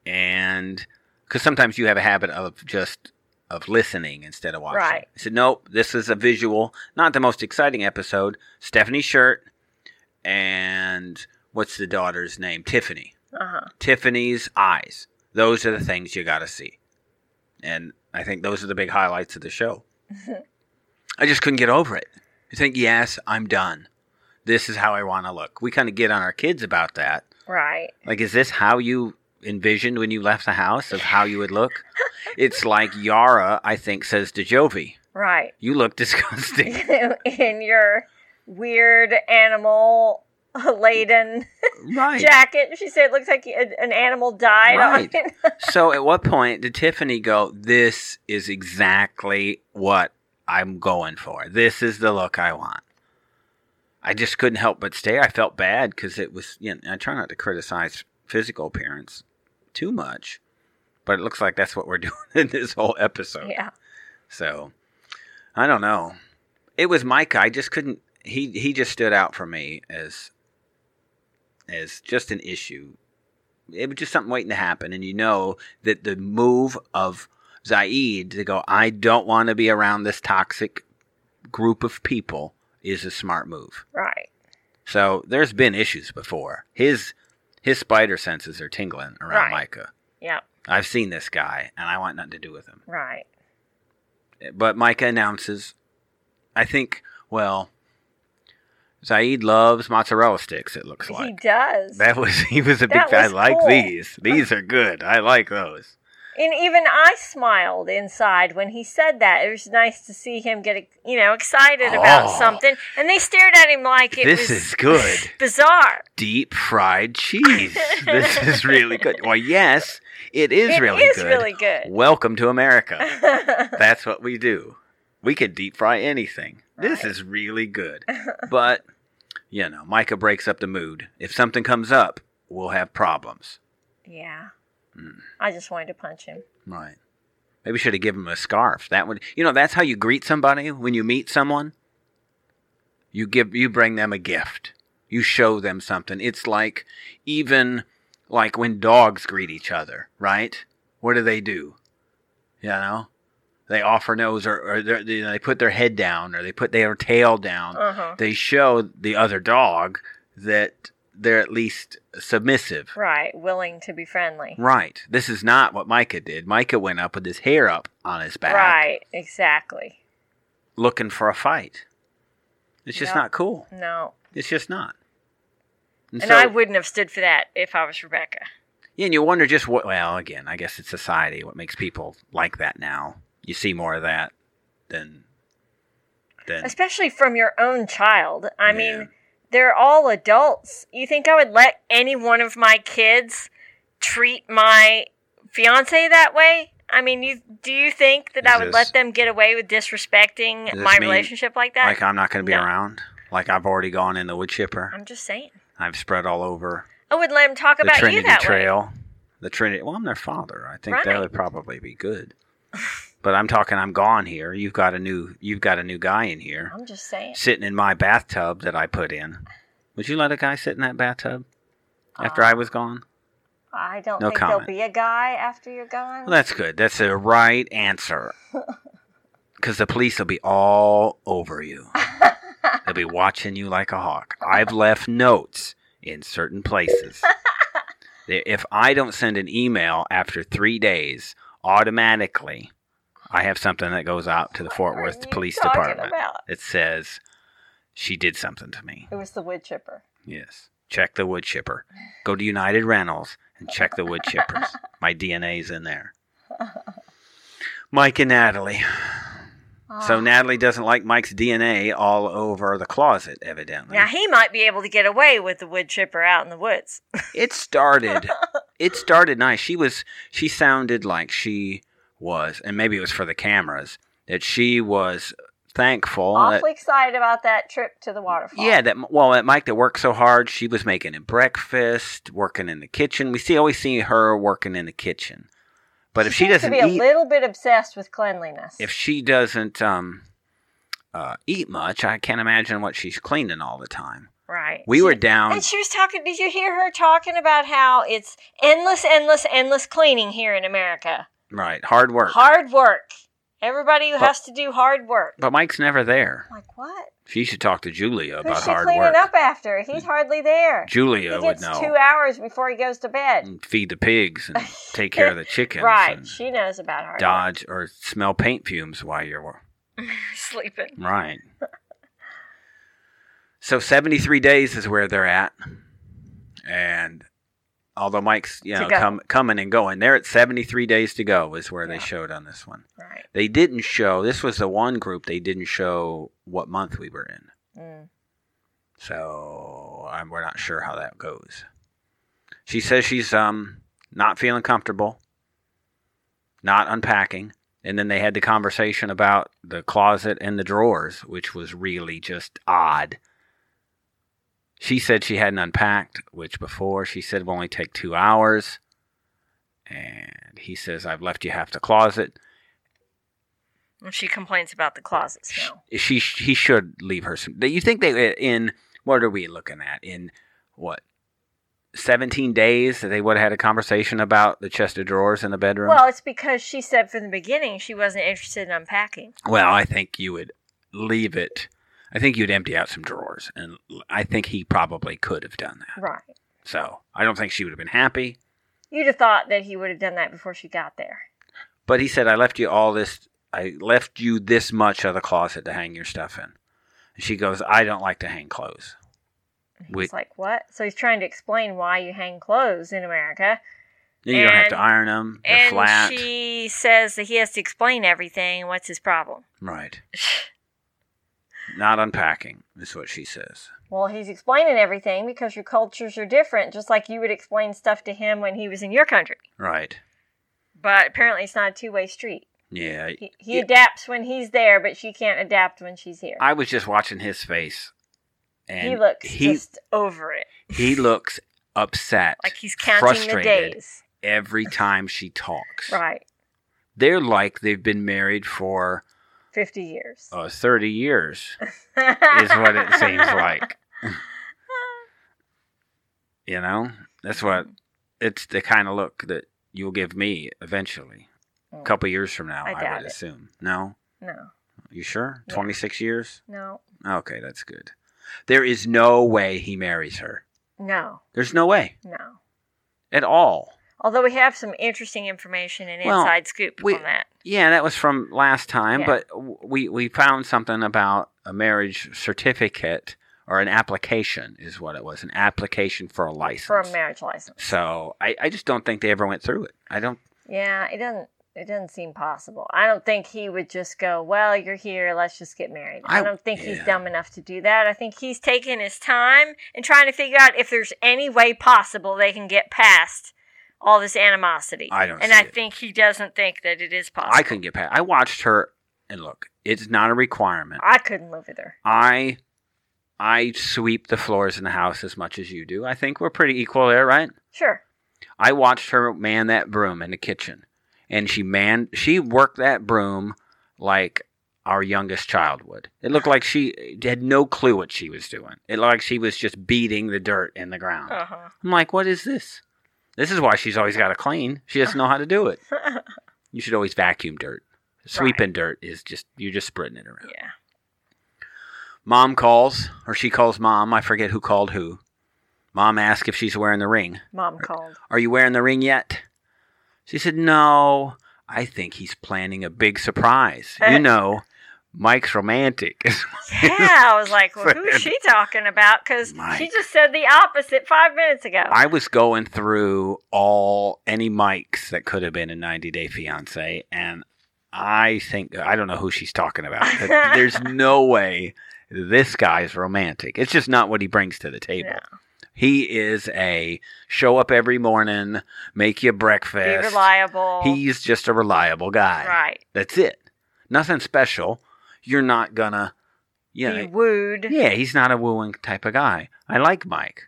Speaker 1: and because sometimes you have a habit of just of listening instead of watching.
Speaker 2: Right.
Speaker 1: I said, nope, this is a visual, not the most exciting episode. Stephanie's shirt, and what's the daughter's name? Tiffany.
Speaker 2: Uh-huh.
Speaker 1: Tiffany's eyes. Those are the things you got to see. And I think those are the big highlights of the show. I just couldn't get over it. You think, yes, I'm done. This is how I want to look. We kind of get on our kids about that.
Speaker 2: Right.
Speaker 1: Like, is this how you envisioned when you left the house of how you would look? it's like Yara, I think, says to Jovi,
Speaker 2: Right. [LAUGHS]
Speaker 1: You look [LAUGHS] disgusting.
Speaker 2: In your weird animal uh, laden
Speaker 1: right.
Speaker 2: jacket. She said it looks like a- an animal died
Speaker 1: Right.
Speaker 2: on it. [LAUGHS]
Speaker 1: so at what point did Tiffany go, This is exactly what I'm going for. This is the look I want. I just couldn't help but stare. I felt bad because it was, you know, I try not to criticize physical appearance too much, but it looks like that's what we're [LAUGHS] doing in this whole episode.
Speaker 2: yeah.
Speaker 1: So I don't know. It was Micah. I just couldn't. He he just stood out for me as as just an issue. It was just something waiting to happen, and you know that the move of Zaid to go, I don't want to be around this toxic group of people, is a smart move.
Speaker 2: Right.
Speaker 1: So there's been issues before. His his spider senses are tingling around
Speaker 2: Right.
Speaker 1: Micah.
Speaker 2: Yeah.
Speaker 1: I've seen this guy, and I want nothing to do with him
Speaker 2: Right.
Speaker 1: but Micah announces, I think, well, Zaid loves mozzarella sticks, it looks
Speaker 2: he
Speaker 1: like.
Speaker 2: does.
Speaker 1: That was he was a big
Speaker 2: That
Speaker 1: fan. I
Speaker 2: was
Speaker 1: like
Speaker 2: cool.
Speaker 1: these. These are good. I like those.
Speaker 2: and even I smiled inside when he said that. It was nice to see him get, you know, excited about
Speaker 1: Oh.
Speaker 2: something. And they stared at him like it
Speaker 1: this
Speaker 2: was
Speaker 1: is good.
Speaker 2: [LAUGHS] bizarre.
Speaker 1: Deep fried cheese.
Speaker 2: [LAUGHS]
Speaker 1: this is really good. Well, yes, it is
Speaker 2: It
Speaker 1: really
Speaker 2: is
Speaker 1: good.
Speaker 2: really good.
Speaker 1: Welcome to America.
Speaker 2: [LAUGHS]
Speaker 1: That's what we do. We could deep fry anything. This
Speaker 2: Right.
Speaker 1: is really
Speaker 2: [LAUGHS]
Speaker 1: good. but, you know, Micah breaks up the mood. If something comes up, we'll have problems.
Speaker 2: yeah.
Speaker 1: Mm.
Speaker 2: I just wanted to punch him.
Speaker 1: Right. Maybe we should have given him a scarf. That would, you know, that's how you greet somebody when you meet someone. You give, you bring them a gift. You show them something. It's like even like when dogs greet each other, right? What do they do? You know, they offer nose or, or they're- they, you know, they put their head down or they put their tail down.
Speaker 2: Uh huh.
Speaker 1: They show the other dog that they're at least submissive.
Speaker 2: Right. Willing to be friendly.
Speaker 1: Right. This is not what Micah did. Micah went up with his hair up on his back
Speaker 2: Right. Exactly.
Speaker 1: looking for a fight. It's just
Speaker 2: Yeah.
Speaker 1: not cool.
Speaker 2: No.
Speaker 1: It's just not.
Speaker 2: And,
Speaker 1: so-
Speaker 2: I wouldn't have stood for that if I was Rebecca.
Speaker 1: Yeah, and you wonder just what. Well, again, I guess it's society. What makes people like that now? You see more of that than than
Speaker 2: Especially from your own child. I
Speaker 1: Yeah.
Speaker 2: mean, they're all adults. You think I would let any one of my kids treat my fiance that way? I mean, you do you think that
Speaker 1: Is
Speaker 2: I would
Speaker 1: this-
Speaker 2: let them get away with disrespecting
Speaker 1: Does this
Speaker 2: my
Speaker 1: mean,
Speaker 2: relationship like that?
Speaker 1: like I'm not going to be
Speaker 2: No.
Speaker 1: around. Like I've already gone in the wood chipper.
Speaker 2: I'm just saying.
Speaker 1: I've spread all over
Speaker 2: I would let them talk
Speaker 1: the
Speaker 2: about
Speaker 1: Trinity
Speaker 2: you that way.
Speaker 1: Trail. The Trinity. Well, I'm their father. I think that
Speaker 2: Right.
Speaker 1: would probably be good. But I'm talking. I'm gone here. You've got a new. You've got a new guy in here
Speaker 2: I'm just saying.
Speaker 1: sitting in my bathtub that I put in. Would you let a guy sit in that bathtub after
Speaker 2: Uh,
Speaker 1: I was gone?
Speaker 2: I don't
Speaker 1: No
Speaker 2: think
Speaker 1: comment.
Speaker 2: there'll be a guy after you're gone.
Speaker 1: Well, that's good. That's the right
Speaker 2: [LAUGHS]
Speaker 1: answer. Because the police will be all over you.
Speaker 2: [LAUGHS]
Speaker 1: They'll be watching you like a hawk. I've left notes in certain
Speaker 2: [LAUGHS]
Speaker 1: places. If I don't send an email after three days, automatically, I have something that goes out to the Fort
Speaker 2: What are
Speaker 1: Worth
Speaker 2: you
Speaker 1: Police
Speaker 2: talking
Speaker 1: Department.
Speaker 2: about?
Speaker 1: It says, she did something to me.
Speaker 2: It was the wood chipper.
Speaker 1: Yes. Check the wood chipper. Go to United Rentals and check the wood
Speaker 2: [LAUGHS]
Speaker 1: chippers. My DNA's in there. Mike and Natalie. So
Speaker 2: Ah.
Speaker 1: Natalie doesn't like Mike's DNA all over the closet, evidently.
Speaker 2: Now he might be able to get away with the wood chipper out in the woods.
Speaker 1: It started. it started nice. She was. She sounded like she was, and maybe it was for the cameras that she was thankful. that-
Speaker 2: Awfully excited about that trip to the waterfall.
Speaker 1: Yeah, that well, that Mike that worked so hard, she was making him breakfast, working in the kitchen. We see always see her working in the kitchen, but if she
Speaker 2: seems to
Speaker 1: doesn't
Speaker 2: be a
Speaker 1: eat,
Speaker 2: little bit obsessed with cleanliness.
Speaker 1: if she doesn't um, uh, eat much, I can't imagine what she's cleaning all the time.
Speaker 2: right.
Speaker 1: We
Speaker 2: She-
Speaker 1: were down.
Speaker 2: And she was talking. Did you hear her talking about how it's endless, endless, endless cleaning here in America?
Speaker 1: Right, hard work.
Speaker 2: Hard work. Everybody who
Speaker 1: But-
Speaker 2: has to do hard work.
Speaker 1: But Mike's never there.
Speaker 2: I'm like what?
Speaker 1: She should talk to Julia
Speaker 2: Who's
Speaker 1: about
Speaker 2: she
Speaker 1: hard
Speaker 2: cleaning
Speaker 1: work.
Speaker 2: up after? He's hardly there.
Speaker 1: Julia
Speaker 2: he
Speaker 1: would
Speaker 2: gets two
Speaker 1: know.
Speaker 2: hours before he goes to bed.
Speaker 1: And feed the pigs
Speaker 2: [LAUGHS]
Speaker 1: and take care of the chickens.
Speaker 2: Right.
Speaker 1: and
Speaker 2: She knows about hard work.
Speaker 1: Dodge or smell paint fumes while you're wor-
Speaker 2: [LAUGHS] Sleeping. [LAUGHS]
Speaker 1: Right. so 73 days is where they're at. And although Mike's, you
Speaker 2: To
Speaker 1: know,
Speaker 2: go.
Speaker 1: com- coming and going, they're at 73 days to go is where they
Speaker 2: Yeah.
Speaker 1: showed on this one.
Speaker 2: Right.
Speaker 1: They didn't show, this was the one group they didn't show what month we were in.
Speaker 2: Mm.
Speaker 1: So I'm, we're not sure how that goes. She says she's um not feeling comfortable, not unpacking, and then they had the conversation about the closet and the drawers, which was really just odd. She said she hadn't unpacked, which before she said will only take two hours. And he says, I've left you half the closet.
Speaker 2: And she complains about the closet smell.
Speaker 1: She, she he should leave her some. You think they uh, in what are we looking at in what seventeen days that they would have had a conversation about the chest of drawers in the bedroom?
Speaker 2: Well, it's because she said from the beginning she wasn't interested in unpacking.
Speaker 1: Well, I think you would leave it. I think you'd empty out some drawers, and l- I think he probably could have done that.
Speaker 2: Right.
Speaker 1: So I don't think she would have been happy.
Speaker 2: You'd have thought that he would have done that before she got there.
Speaker 1: But he said, "I left you all this. I left you this much of the closet to hang your stuff in." And she goes, "I don't like to hang clothes." Wait.
Speaker 2: It's like, what? So he's trying to explain why you hang clothes in America.
Speaker 1: Then you don't have to
Speaker 2: Mm-hmm. And-
Speaker 1: iron them. They're
Speaker 2: and
Speaker 1: flat.
Speaker 2: she says that he has to explain everything. and What's his problem?
Speaker 1: Right. Not unpacking is what she says.
Speaker 2: Well, he's explaining everything because your cultures are different, just like you would explain stuff to him when he was in your country.
Speaker 1: Right.
Speaker 2: But apparently, it's not a two way street.
Speaker 1: Yeah.
Speaker 2: He, he
Speaker 1: Yeah.
Speaker 2: adapts when he's there, but she can't adapt when she's here.
Speaker 1: I was just watching his face, and
Speaker 2: he looks
Speaker 1: he
Speaker 2: just over it.
Speaker 1: he looks upset
Speaker 2: Like he's counting the
Speaker 1: frustrated.
Speaker 2: days.
Speaker 1: every time she talks.
Speaker 2: Right.
Speaker 1: They're like they've been married for
Speaker 2: 50 years. [LAUGHS]
Speaker 1: uh, thirty years, is what it seems
Speaker 2: [LAUGHS]
Speaker 1: like. you know, that's what it's the kind of look that you'll give me eventually. A couple years from now,
Speaker 2: Mm. I
Speaker 1: I,
Speaker 2: doubt
Speaker 1: would
Speaker 2: it.
Speaker 1: assume. No?
Speaker 2: No,
Speaker 1: You sure?
Speaker 2: Yeah.
Speaker 1: 26 years?
Speaker 2: no,
Speaker 1: Okay, that's good. There is no way he marries her.
Speaker 2: no,
Speaker 1: There's no way
Speaker 2: no.
Speaker 1: at all.
Speaker 2: Although we have some interesting information and
Speaker 1: Well,
Speaker 2: inside scoop
Speaker 1: we-
Speaker 2: on that.
Speaker 1: Yeah, that was from last time,
Speaker 2: Yeah.
Speaker 1: but w- we we found something about a marriage certificate or an application is what it was, an application for a license.
Speaker 2: for a marriage license.
Speaker 1: so I, I just don't think they ever went through it. I don't.
Speaker 2: Yeah, it doesn't it doesn't seem possible. I don't think he would just go, "Well, you're here, let's just get married." I,
Speaker 1: I-
Speaker 2: don't think he's
Speaker 1: yeah.
Speaker 2: dumb enough to do that. I think he's taking his time and trying to figure out if there's any way possible they can get past all this animosity.
Speaker 1: I don't
Speaker 2: And
Speaker 1: see
Speaker 2: I
Speaker 1: it.
Speaker 2: think he doesn't think that it is possible.
Speaker 1: I couldn't get past. I watched her, and look, it's not a requirement.
Speaker 2: I couldn't live with her.
Speaker 1: I I sweep the floors in the house as much as you do. I think we're pretty equal there, right?
Speaker 2: Sure.
Speaker 1: I watched her man that broom in the kitchen, and she man she worked that broom like our youngest child would. It looked like she had no clue what she was doing. It looked like she was just beating the dirt in the ground.
Speaker 2: Uh-huh.
Speaker 1: I'm like, what is this? This is why she's always got to clean. She doesn't know how to do it. You should always vacuum dirt. Sweeping dirt is just you're just spreading it around.
Speaker 2: yeah.
Speaker 1: Mom calls, or she calls mom. I forget who called who. Mom asks if she's wearing the ring.
Speaker 2: Mom called.
Speaker 1: [LAUGHS] Are you wearing the ring yet? She said, No, I think he's planning a big surprise. You know, Mike's romantic. [LAUGHS]
Speaker 2: Yeah, I was like, well, who's she talking about? Because she
Speaker 1: Mike.
Speaker 2: just said the opposite five minutes ago.
Speaker 1: I was going through all any Mikes that could have been a 90 Day Fiance, and I think, I don't know who she's talking about.
Speaker 2: [LAUGHS]
Speaker 1: but There's no way this guy's romantic. It's just not what he brings to the table. He is a show up every morning, make you
Speaker 2: Be
Speaker 1: breakfast.
Speaker 2: reliable.
Speaker 1: He's just a reliable guy.
Speaker 2: right.
Speaker 1: That's it. Nothing special. You're not gonna, you
Speaker 2: Be
Speaker 1: know.
Speaker 2: wooed.
Speaker 1: Yeah, he's not a wooing type of guy. I like Mike.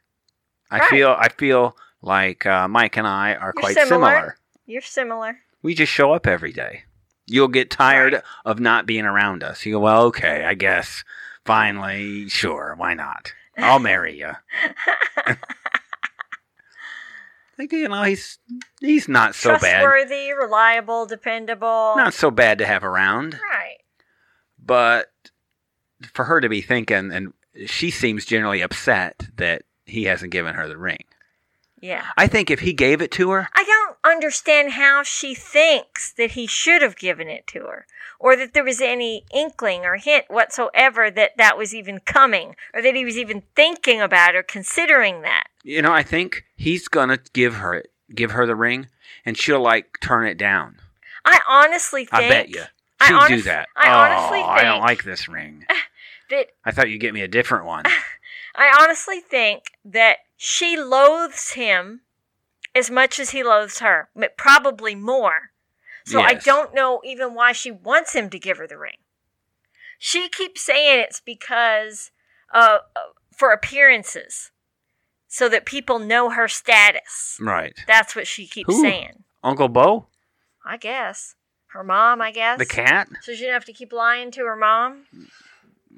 Speaker 1: I
Speaker 2: Right.
Speaker 1: feel I feel like uh, Mike and I are quite
Speaker 2: similar.
Speaker 1: similar.
Speaker 2: You're similar.
Speaker 1: We just show up every day. You'll get tired
Speaker 2: Right.
Speaker 1: of not being around us. You go, well, okay, I guess. Finally, sure, why not? I'll marry
Speaker 2: [LAUGHS]
Speaker 1: you. like you know, he's he's not so bad.
Speaker 2: Trustworthy, reliable, dependable.
Speaker 1: Not so bad to have around.
Speaker 2: Right.
Speaker 1: but for her to be thinking and she seems generally upset that he hasn't given her the ring
Speaker 2: Yeah.
Speaker 1: i think if he gave it to her
Speaker 2: I don't understand how she thinks that he should have given it to her, or that there was any inkling or hint whatsoever that that was even coming, or that he was even thinking about or considering that.
Speaker 1: you know i think he's gonna give her it give her the ring and she'll like turn it down
Speaker 2: I honestly think.
Speaker 1: i bet you
Speaker 2: I
Speaker 1: she'd do
Speaker 2: honest-
Speaker 1: that
Speaker 2: I
Speaker 1: oh
Speaker 2: honestly
Speaker 1: i don't
Speaker 2: think-
Speaker 1: like this
Speaker 2: [LAUGHS]
Speaker 1: ring
Speaker 2: That
Speaker 1: i thought you'd get me a different one
Speaker 2: I honestly think that she loathes him as much as he loathes her, but probably more. [LAUGHS] So I
Speaker 1: Yes.
Speaker 2: don't know even why she wants him to give her the ring. She keeps saying it's because uh, uh, for appearances, so that people know her status.
Speaker 1: right
Speaker 2: That's what she keeps
Speaker 1: Who?
Speaker 2: saying.
Speaker 1: uncle bo
Speaker 2: I guess her mom. I guess
Speaker 1: the cat
Speaker 2: So she didn't have to keep lying to her mom.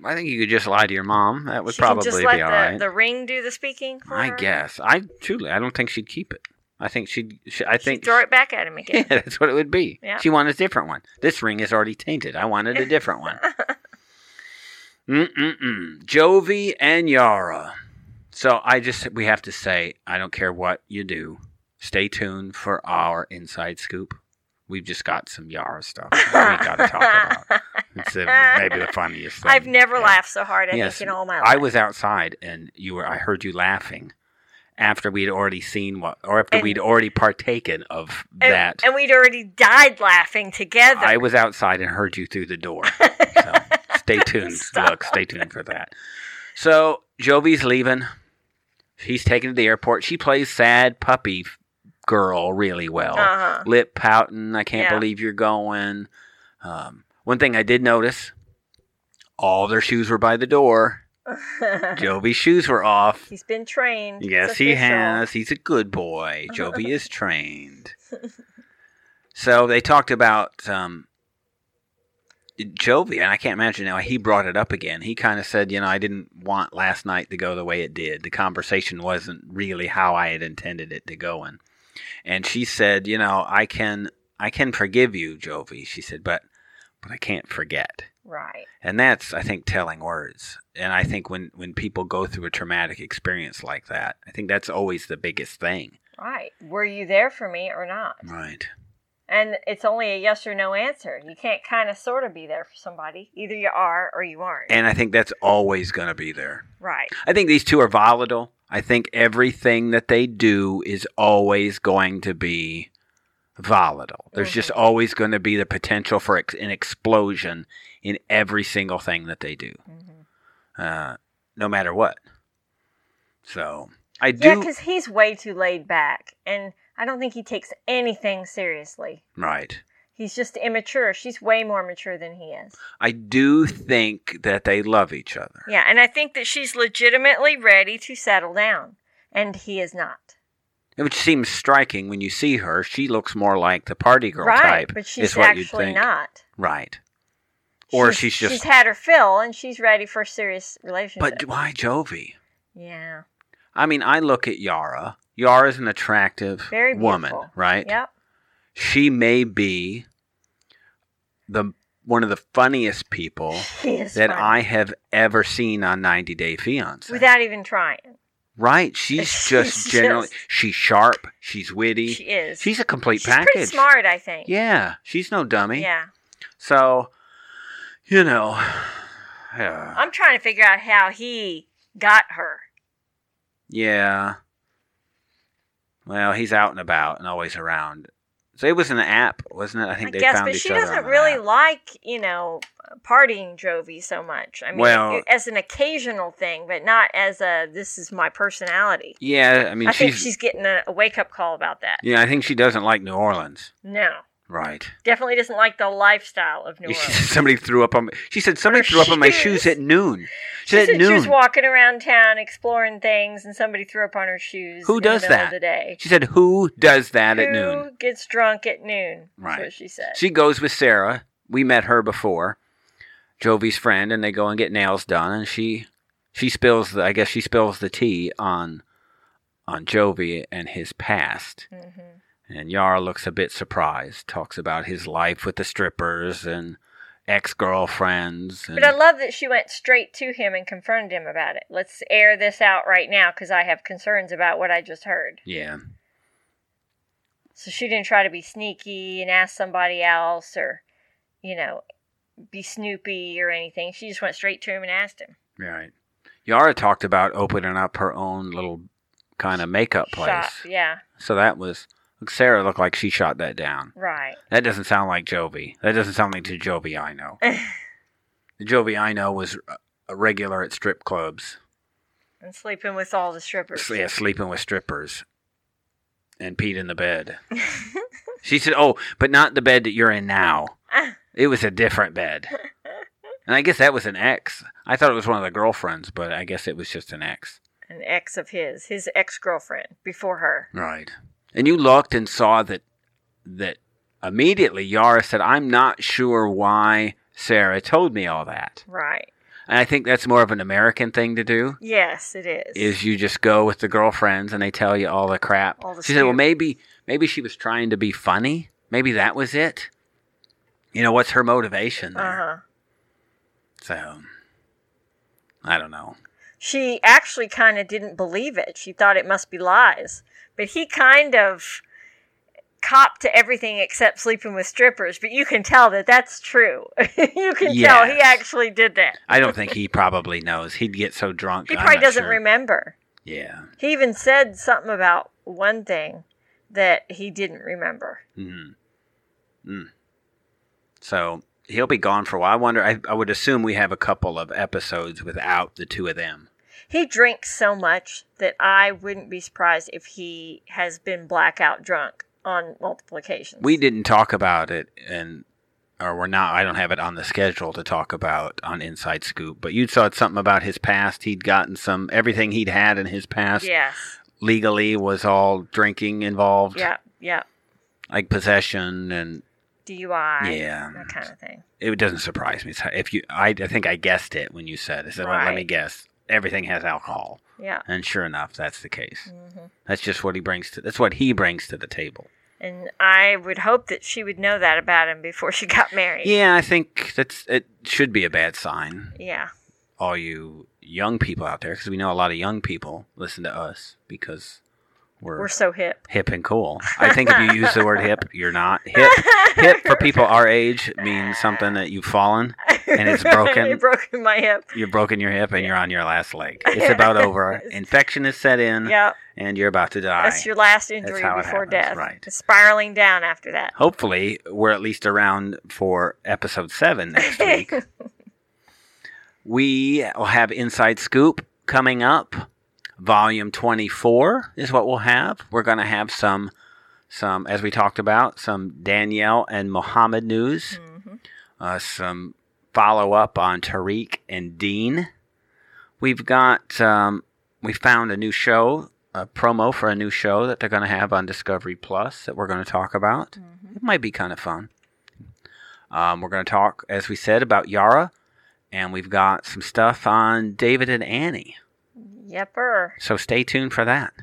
Speaker 1: i think you could just lie to your mom that would
Speaker 2: she
Speaker 1: probably
Speaker 2: can just
Speaker 1: be
Speaker 2: let
Speaker 1: all
Speaker 2: the,
Speaker 1: right
Speaker 2: the ring do the speaking. For
Speaker 1: i
Speaker 2: her.
Speaker 1: guess i truly i don't think she'd keep it i think she'd she, i
Speaker 2: She'd
Speaker 1: think
Speaker 2: throw it back at him again.
Speaker 1: [LAUGHS] Yeah, that's what it would be.
Speaker 2: Yeah.
Speaker 1: She wanted a different one. This ring is already tainted. I wanted a different
Speaker 2: [LAUGHS]
Speaker 1: one. Mm-mm-mm. Jovi and Yara. So I just we have to say I don't care what you do. Stay tuned for our inside scoop. We've just got some Yara stuff that we got to
Speaker 2: [LAUGHS]
Speaker 1: talk about. It's uh, maybe the funniest thing.
Speaker 2: I've never
Speaker 1: Yeah.
Speaker 2: laughed so hard, I
Speaker 1: Yes,
Speaker 2: think, in all my life.
Speaker 1: I was outside and you were. I heard you laughing after we'd already seen what, or after
Speaker 2: And-
Speaker 1: we'd already partaken of
Speaker 2: and,
Speaker 1: that.
Speaker 2: and we'd already died laughing together.
Speaker 1: I was outside and heard you through the door. [LAUGHS]
Speaker 2: [LAUGHS]
Speaker 1: So stay tuned.
Speaker 2: Stop.
Speaker 1: Look, stay tuned for that. So Jovi's leaving. He's taken to the airport. She plays sad puppy f- girl really well. [LAUGHS]
Speaker 2: Uh-huh.
Speaker 1: Lip pouting. I can't
Speaker 2: Yeah.
Speaker 1: believe you're going. Um, one thing I did notice all their shoes were by the door.
Speaker 2: Uh-huh.
Speaker 1: Jovi's shoes were off.
Speaker 2: [LAUGHS] He's been trained. It's
Speaker 1: Yes, he
Speaker 2: official.
Speaker 1: has. He's a good
Speaker 2: [LAUGHS]
Speaker 1: boy. Jovi is trained. So they talked about um, Jovi, and I can't imagine now he brought it up again. He kind of said, you know, I didn't want last night to go the way it did. The conversation wasn't really how I had intended it to go in. And she said, you know, I can I can forgive you, Jovi, she said, but but I can't forget.
Speaker 2: Right.
Speaker 1: And that's I think telling words. And I think when when people go through a traumatic experience like that, I think that's always the biggest thing.
Speaker 2: Right. Were you there for me or not?
Speaker 1: Right.
Speaker 2: And it's only a yes or no answer. You can't kind of sort of be there for somebody. Either you are or you aren't.
Speaker 1: And I think that's always going to be there.
Speaker 2: right.
Speaker 1: I think these two are volatile. I think everything that they do is always going to be volatile. There's just always going to be the potential for ex- an explosion in every single thing that they do,
Speaker 2: Mhm.
Speaker 1: uh, no matter what. So I
Speaker 2: Yeah,
Speaker 1: do
Speaker 2: because he's way too laid back, and I don't think he takes anything seriously.
Speaker 1: right.
Speaker 2: He's just immature. She's way more mature than he is.
Speaker 1: I do think that they love each other.
Speaker 2: Yeah, and I think that she's legitimately ready to settle down, and he is not.
Speaker 1: Which seems striking when you see her. She looks more like the party girl
Speaker 2: right,
Speaker 1: type.
Speaker 2: but she's
Speaker 1: is what you'd
Speaker 2: actually
Speaker 1: think.
Speaker 2: not.
Speaker 1: Right. Or she's just-
Speaker 2: she's had her fill, and she's ready for a serious relationship.
Speaker 1: But why Jovi?
Speaker 2: yeah,
Speaker 1: I mean, I look at Yara. Yara's an attractive
Speaker 2: Very
Speaker 1: woman,
Speaker 2: beautiful.
Speaker 1: right?
Speaker 2: yep,
Speaker 1: She may be the one of the funniest people
Speaker 2: he is
Speaker 1: that
Speaker 2: fine.
Speaker 1: I have ever seen on 90 Day Fiance.
Speaker 2: without even trying.
Speaker 1: right? She's
Speaker 2: [LAUGHS] She's
Speaker 1: just generally
Speaker 2: just-
Speaker 1: she's sharp, she's witty.
Speaker 2: She is.
Speaker 1: she's a complete
Speaker 2: she's
Speaker 1: package.
Speaker 2: pretty smart, I think.
Speaker 1: Yeah, she's no dummy.
Speaker 2: yeah.
Speaker 1: So, you know, [SIGHS] yeah.
Speaker 2: I'm trying to figure out how he got her.
Speaker 1: yeah. Well, he's out and about and always around. So it was an app, wasn't it? I think
Speaker 2: I
Speaker 1: they
Speaker 2: guess,
Speaker 1: found
Speaker 2: but
Speaker 1: each
Speaker 2: she
Speaker 1: other
Speaker 2: doesn't
Speaker 1: on an
Speaker 2: really
Speaker 1: app.
Speaker 2: like, you know, partying Jovi so much. I mean,
Speaker 1: Well-
Speaker 2: as an occasional thing, but not as a this is my personality.
Speaker 1: Yeah, I mean,
Speaker 2: I
Speaker 1: she's,
Speaker 2: think she's getting a, a wake up call about that.
Speaker 1: Yeah, I think she doesn't like New Orleans.
Speaker 2: No,
Speaker 1: Right.
Speaker 2: definitely doesn't like the
Speaker 1: [LAUGHS]
Speaker 2: lifestyle of New
Speaker 1: Yeah, she
Speaker 2: Orleans.
Speaker 1: said somebody threw up on. She said somebody threw up on my shoes
Speaker 2: shoes.
Speaker 1: at noon. She,
Speaker 2: She
Speaker 1: said at
Speaker 2: said she
Speaker 1: noon.
Speaker 2: was walking around town exploring things, and somebody threw up on her shoes.
Speaker 1: Who
Speaker 2: in the
Speaker 1: does
Speaker 2: middle of
Speaker 1: that?
Speaker 2: the day.
Speaker 1: she said, "Who does that
Speaker 2: Who
Speaker 1: at noon?"
Speaker 2: gets drunk at noon?
Speaker 1: Right.
Speaker 2: That's what she said.
Speaker 1: She goes with Sarah. We met her before, Jovi's friend, and they go and get nails done. And she she spills the I guess she spills the tea on on Jovi and his past.
Speaker 2: Mhm.
Speaker 1: And Yara looks a bit surprised. Talks about his life with the strippers and ex girlfriends.
Speaker 2: But I love that she went straight to him and confronted him about it. Let's air this out right now because I have concerns about what I just heard.
Speaker 1: yeah,
Speaker 2: So she didn't try to be sneaky and ask somebody else or, you know, be snoopy or anything. She just went straight to him and asked him.
Speaker 1: right. Yara talked about opening up her own little kind of makeup place.
Speaker 2: Shop. Yeah,
Speaker 1: So that was Sarah looked like she shot that down.
Speaker 2: right.
Speaker 1: That doesn't sound like Jovi. That doesn't sound like the Jovi I know. the Jovi I know was a- a regular at strip clubs,
Speaker 2: And sleeping with all the strippers.
Speaker 1: sl- yeah, sleeping with strippers, and peed in the bed. she said, "Oh, but not the bed that you're in now. It was a different bed." And I guess that was an ex. I thought it was one of the girlfriends, but I guess it was just an ex.
Speaker 2: An ex of his, his ex girlfriend before her.
Speaker 1: Right. And you looked and saw that that immediately Yara said, "I'm not sure why Sarah told me all that."
Speaker 2: Right.
Speaker 1: And I think that's more of an American thing to do.
Speaker 2: Yes, it is.
Speaker 1: Is you just go with the girlfriends and they tell you all the crap.
Speaker 2: All the
Speaker 1: she said, "Well,
Speaker 2: scoop.
Speaker 1: maybe maybe she was trying to be funny. Maybe that was it. You know, what's her motivation
Speaker 2: Uh
Speaker 1: there?
Speaker 2: huh.
Speaker 1: So I don't know.
Speaker 2: she actually kind of didn't believe it. She thought it must be lies. But he kind of copped to everything except sleeping with strippers. But you can tell that that's true. [LAUGHS] you can tell he
Speaker 1: Yes.
Speaker 2: actually did that.
Speaker 1: I don't think
Speaker 2: [LAUGHS]
Speaker 1: he probably knows. He'd get so drunk.
Speaker 2: He
Speaker 1: I'm
Speaker 2: probably
Speaker 1: not
Speaker 2: doesn't
Speaker 1: sure.
Speaker 2: remember.
Speaker 1: Yeah.
Speaker 2: He even said something about one thing that he didn't remember.
Speaker 1: Mm. Mm. So he'll be gone for a while. I wonder. I, I would assume we have a couple of episodes without the two of them.
Speaker 2: He drinks so much that I wouldn't be surprised if he has been blackout drunk on multiple occasions.
Speaker 1: we didn't talk about it and or we're not i don't have it on the schedule to talk about on inside scoop but you said something about his past he'd gotten some everything he'd had in his past
Speaker 2: Yes.
Speaker 1: legally was all drinking involved
Speaker 2: Yeah. Yeah.
Speaker 1: like possession and
Speaker 2: DUI.
Speaker 1: yeah
Speaker 2: That kind of thing.
Speaker 1: it doesn't surprise me So if you I, I think i guessed it when you said it so let me
Speaker 2: Right.
Speaker 1: guess everything has alcohol
Speaker 2: Yeah.
Speaker 1: and sure enough that's the case
Speaker 2: Mm-hmm.
Speaker 1: that's just what he brings to that's what he brings to the table
Speaker 2: And I would hope that she would know that about him before she got married.
Speaker 1: Yeah, I think that's it should be a bad sign.
Speaker 2: Yeah.
Speaker 1: All you young people out there, because we know a lot of young people listen to us because we're,
Speaker 2: We're so hip.
Speaker 1: hip and cool. I think if you
Speaker 2: [LAUGHS]
Speaker 1: use the word hip, you're not hip. hip for people our age means something that you've fallen, And it's broken.
Speaker 2: it broken my hip.
Speaker 1: you've broken your hip, and you're on your last
Speaker 2: [LAUGHS]
Speaker 1: leg. It's about over. Infection is set in,
Speaker 2: Yeah.
Speaker 1: and you're about to die.
Speaker 2: That's your last injury
Speaker 1: Mm-hmm. how it
Speaker 2: before
Speaker 1: happens,
Speaker 2: death.
Speaker 1: right.
Speaker 2: It's spiraling down after that.
Speaker 1: Hopefully, we're at least around for episode seven
Speaker 2: [LAUGHS]
Speaker 1: next week. we will have Inside Scoop coming up. Volume 24 is what we'll have. We're going to have some, some as we talked about, some Danielle and Mohammed news,
Speaker 2: Mhm.
Speaker 1: uh, some follow up on Tariq and Dean. We've got, um, we found a new show, a promo for a new show that they're going to have on Discovery Plus that we're going to talk about.
Speaker 2: Mhm.
Speaker 1: It might be kind of fun. Um, we're going to talk, as we said, about Yara, and we've got some stuff on David and Annie.
Speaker 2: Yepper.
Speaker 1: So stay tuned for that.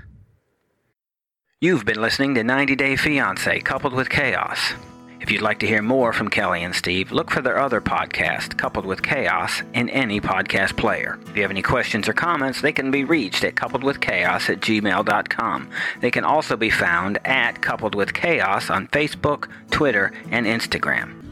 Speaker 1: You've been listening to 90 Day Fiancé Coupled with Chaos. If you'd like to hear more from Kelly and Steve, look for their other podcast, Coupled with Chaos, in any podcast player. If you have any questions or comments, they can be reached at coupledwithchaos at gmail.com. They can also be found at Coupled with Chaos on Facebook, Twitter, and Instagram.